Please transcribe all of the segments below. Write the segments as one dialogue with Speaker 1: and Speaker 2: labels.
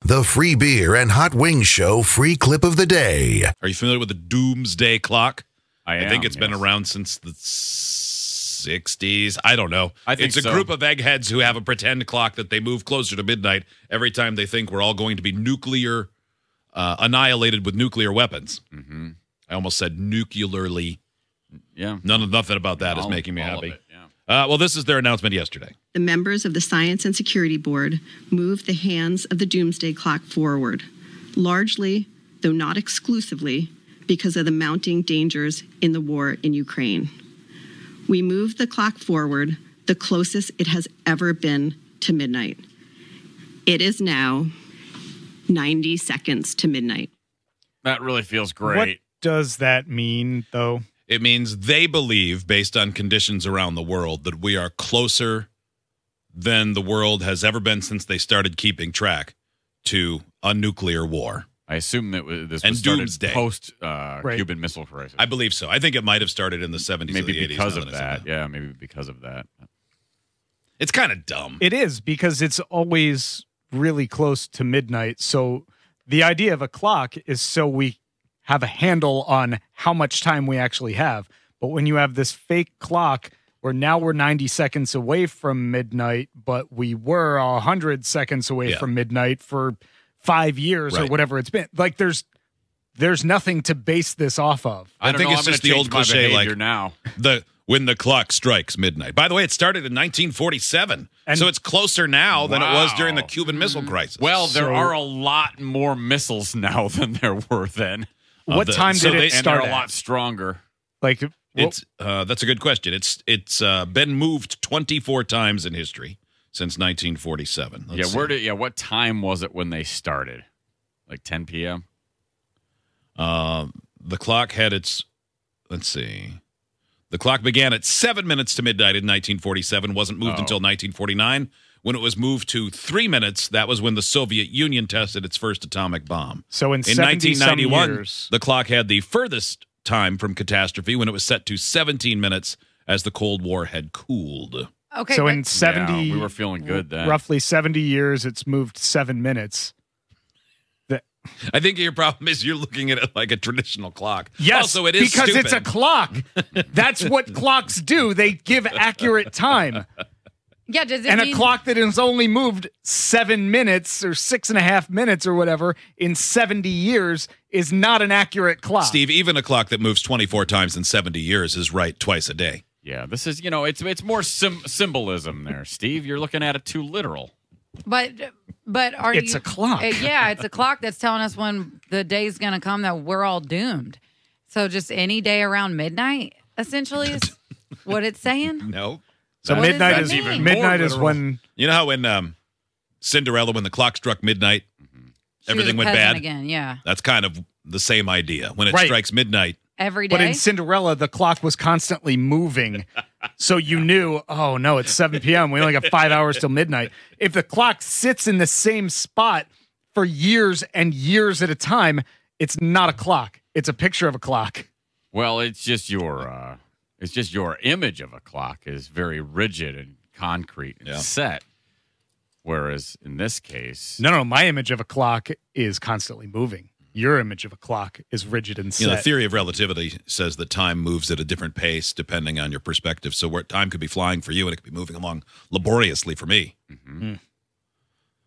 Speaker 1: the free beer and hot wings show free clip of the day.
Speaker 2: Are you familiar with the doomsday clock?
Speaker 3: I, am,
Speaker 2: think it's been
Speaker 3: yes.
Speaker 2: around since the 60s. I don't know.
Speaker 3: I think
Speaker 2: it's a
Speaker 3: so.
Speaker 2: group of eggheads who have a pretend clock that they move closer to midnight every time they think we're all going to be nuclear uh, annihilated with nuclear weapons.
Speaker 3: Mhm.
Speaker 2: I almost said nuclearly.
Speaker 3: Yeah,
Speaker 2: None of nothing about that is
Speaker 3: All-
Speaker 2: making me
Speaker 3: all of
Speaker 2: happy.
Speaker 3: it, yeah.
Speaker 2: Uh, well, this is their announcement yesterday.
Speaker 4: the members of the Science and Security Board moved the hands of the doomsday clock forward, largely, though not exclusively, because of the mounting dangers in the war in Ukraine. We moved the clock forward the closest it has ever been to midnight. It is now 90 seconds to midnight.
Speaker 3: That really feels
Speaker 5: What
Speaker 3: great.
Speaker 5: does that mean, though?
Speaker 2: It means they believe, based on conditions around the world, that we are closer than the world has ever been since they started keeping track to a nuclear war.
Speaker 3: I assume that w- this
Speaker 2: And
Speaker 3: was started
Speaker 2: doomsday.
Speaker 3: post uh,
Speaker 5: Right.
Speaker 3: Cuban Missile Crisis.
Speaker 2: I believe so. I think it might have started in the 70s or
Speaker 3: maybe
Speaker 2: the 80s.
Speaker 3: because
Speaker 2: now
Speaker 3: of
Speaker 2: I
Speaker 3: that.
Speaker 2: said
Speaker 3: Yeah, maybe because of that.
Speaker 2: It's kind of dumb.
Speaker 5: It is because it's always really close to midnight. So the idea of a clock is so we have a handle on how much time we actually have. But when you have this fake clock where now we're 90 seconds away from midnight, but we were 100 seconds away
Speaker 2: Yeah.
Speaker 5: from midnight for 5 years
Speaker 2: Right.
Speaker 5: or whatever it's been. Like there's there's nothing to base this off of.
Speaker 2: I,
Speaker 3: don't
Speaker 2: think
Speaker 3: know,
Speaker 2: it's
Speaker 3: I'm gonna
Speaker 2: just the
Speaker 3: change
Speaker 2: old
Speaker 3: my
Speaker 2: cliche
Speaker 3: behavior
Speaker 2: like
Speaker 3: now.
Speaker 2: the when the clock strikes midnight. By the way, it started in 1947.
Speaker 5: And-
Speaker 2: so it's closer now than it was
Speaker 3: Wow.
Speaker 2: during the Cuban Missile Crisis.
Speaker 3: Well, there
Speaker 5: So-
Speaker 3: are a lot more missiles now than there were then,
Speaker 2: Of
Speaker 5: What
Speaker 2: the-
Speaker 5: time
Speaker 2: so
Speaker 5: did
Speaker 2: they-
Speaker 5: it
Speaker 2: and
Speaker 3: and
Speaker 5: start?
Speaker 3: they're a
Speaker 5: at?
Speaker 3: lot stronger.
Speaker 5: Like what-
Speaker 2: It's uh, that's a good question. It's it's uh, been moved 24 times in history since 1947. Let's
Speaker 3: yeah,
Speaker 2: see.
Speaker 3: where did? Yeah, what time was it when they started? Like 10 p.m.
Speaker 2: Uh, the clock had its let's see. The clock began at 7 minutes to midnight in 1947, wasn't moved
Speaker 3: Oh.
Speaker 2: until 1949 when it was moved to 3 minutes. That was when the Soviet Union tested its first atomic bomb.
Speaker 5: so in,
Speaker 2: In
Speaker 5: 70 some
Speaker 2: 1991,
Speaker 5: years-
Speaker 2: the clock had the furthest time from catastrophe when it was set to 17 minutes as the Cold War had cooled.
Speaker 6: Okay.
Speaker 5: so
Speaker 6: but-
Speaker 5: in 70
Speaker 3: Yeah, we were feeling good then.
Speaker 5: roughly 70 years it's moved 7 minutes
Speaker 2: I think your problem is you're looking at it like a traditional clock.
Speaker 5: yes
Speaker 2: also it is
Speaker 5: because it's a
Speaker 2: stupid.
Speaker 5: clock that's what clocks do they give accurate time
Speaker 6: yeah. Does it
Speaker 5: and a
Speaker 6: mean-
Speaker 5: clock that has only moved seven minutes or six and a half minutes or whatever in 70 years is not an accurate clock
Speaker 2: Steve, even a clock that moves 24 times in 70 years is right twice a day.
Speaker 3: Yeah, this is you know it's it's more sim- symbolism there, Steve. You're looking at it too literal.
Speaker 6: But but are
Speaker 5: It's
Speaker 6: you,
Speaker 5: a clock.
Speaker 6: Uh, yeah, it's a clock that's telling us when the day's going to come that we're all doomed. So just any day around midnight, essentially, is what it's saying.
Speaker 2: No.
Speaker 5: so
Speaker 6: What does
Speaker 5: midnight
Speaker 6: that
Speaker 5: is
Speaker 6: mean? Even
Speaker 3: more
Speaker 5: midnight is
Speaker 3: literal.
Speaker 5: when
Speaker 2: You know how in um, Cinderella, when the clock struck midnight,
Speaker 6: She was
Speaker 2: everything
Speaker 6: a
Speaker 2: went
Speaker 6: peasant
Speaker 2: bad?
Speaker 6: again. Yeah,
Speaker 2: That's kind of the same idea. When it
Speaker 5: Right.
Speaker 2: strikes midnight,
Speaker 6: every day.
Speaker 5: but in cinderella the clock was constantly moving so you knew oh no it's 7 p.m we only got five hours till midnight if the clock sits in the same spot for years and years at a time it's not a clock it's a picture of a clock
Speaker 3: Well, it's just your uh, it's just your image of a clock is very rigid and concrete and
Speaker 2: Yeah.
Speaker 3: set. Whereas in this case,
Speaker 5: no no my image of a clock is constantly moving your image of a clock is rigid and
Speaker 2: you
Speaker 5: set
Speaker 2: know, the theory of relativity says that time moves at a different pace depending on your perspective. So where time could be flying for you and it could be moving along laboriously for me.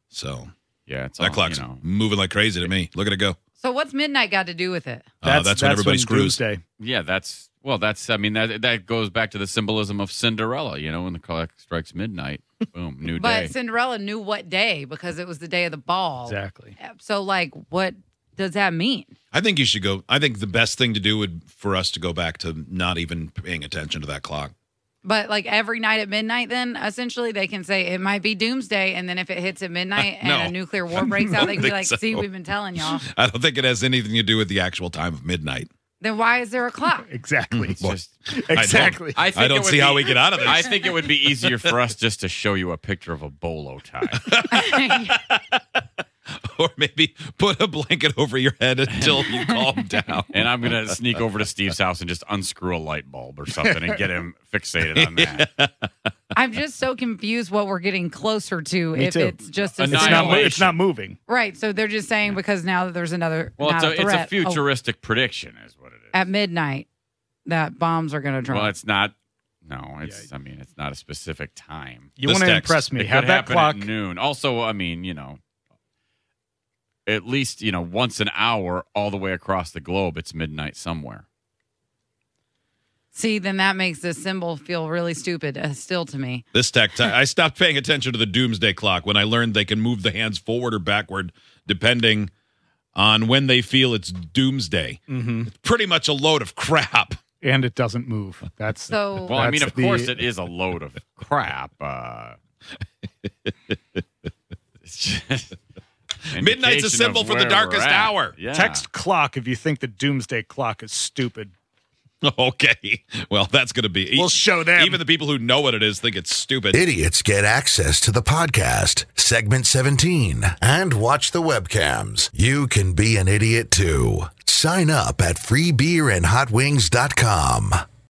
Speaker 2: So
Speaker 3: mm-hmm. yeah, it's
Speaker 2: that
Speaker 3: all,
Speaker 2: clock's
Speaker 3: you know,
Speaker 2: moving like crazy to me. Look at it go.
Speaker 6: so what's midnight got to do with it?
Speaker 2: Uh, that's, when everybody screws.
Speaker 5: Doomsday.
Speaker 3: yeah, that's well, that's I mean that that goes back to the symbolism of Cinderella. You know, when the clock strikes midnight, boom, new
Speaker 6: But
Speaker 3: day.
Speaker 6: Cinderella knew what day because it was the day of the ball.
Speaker 5: exactly
Speaker 6: So like, what does that mean?
Speaker 2: I think you should go. I think the best thing to do would for us to go back to not even paying attention to that clock.
Speaker 6: But like every night at midnight, then essentially they can say it might be doomsday, and then if it hits at midnight and
Speaker 2: No.
Speaker 6: a nuclear war breaks out, they can be
Speaker 2: think
Speaker 6: like,
Speaker 2: so.
Speaker 6: "See, we've been telling y'all."
Speaker 2: I don't think it has anything to do with the actual time of midnight.
Speaker 6: Then why is there a clock?
Speaker 2: Mm,
Speaker 5: exactly
Speaker 3: It's just-
Speaker 5: exactly
Speaker 3: I, think
Speaker 2: I
Speaker 3: it
Speaker 2: don't
Speaker 3: would
Speaker 2: see how
Speaker 3: be-
Speaker 2: we get out of this.
Speaker 3: I think it would be easier for us just to show you a picture of a bolo tie.
Speaker 2: or maybe put a blanket over your head until you calm down.
Speaker 3: And I'm gonna sneak over to Steve's house and just unscrew a light bulb or something and get him fixated on that.
Speaker 6: I'm just so confused what we're getting closer to
Speaker 5: Me
Speaker 6: if
Speaker 5: too.
Speaker 6: it's just a
Speaker 5: It's not, mo-
Speaker 6: satellite.
Speaker 5: it's not moving.
Speaker 6: right. So they're just saying because now that there's another
Speaker 3: Well, it's
Speaker 6: not
Speaker 3: a, it's a
Speaker 6: threat, oh,
Speaker 3: futuristic prediction, is what it is.
Speaker 6: at midnight that bombs are going to drop.
Speaker 3: well, it's not. No, it's. I mean, it's not a specific time.
Speaker 5: You
Speaker 2: This
Speaker 5: want to
Speaker 2: text,
Speaker 5: impress me?
Speaker 3: It
Speaker 5: Have
Speaker 3: could
Speaker 5: that
Speaker 3: happen
Speaker 5: clock.
Speaker 3: at noon. Also, I mean, you know, at least you know once an hour, all the way across the globe, it's midnight somewhere.
Speaker 6: See, then that makes this symbol feel really stupid uh, still to me.
Speaker 2: This tech, I stopped paying attention to the doomsday clock when I learned they can move the hands forward or backward depending on when they feel it's doomsday.
Speaker 5: Mhm.
Speaker 2: Pretty much a load of crap.
Speaker 5: And it doesn't move. That's
Speaker 6: So
Speaker 3: Well, I mean,
Speaker 5: That's
Speaker 3: of course,
Speaker 5: the-
Speaker 3: it is a load of crap. Uh, it's just an
Speaker 2: Midnight's a
Speaker 3: indication of
Speaker 2: symbol for the
Speaker 3: where
Speaker 2: darkest
Speaker 3: we're at.
Speaker 2: hour.
Speaker 3: Yeah.
Speaker 5: text clock if you think the doomsday clock is stupid.
Speaker 2: Okay. Well, that's going to be.
Speaker 5: We'll show them.
Speaker 2: E Even the people who know what it is think it's stupid.
Speaker 1: Idiots get access to the podcast, segment 17, and watch the webcams. You can be an idiot too. Sign up at freebeerandhotwings.com.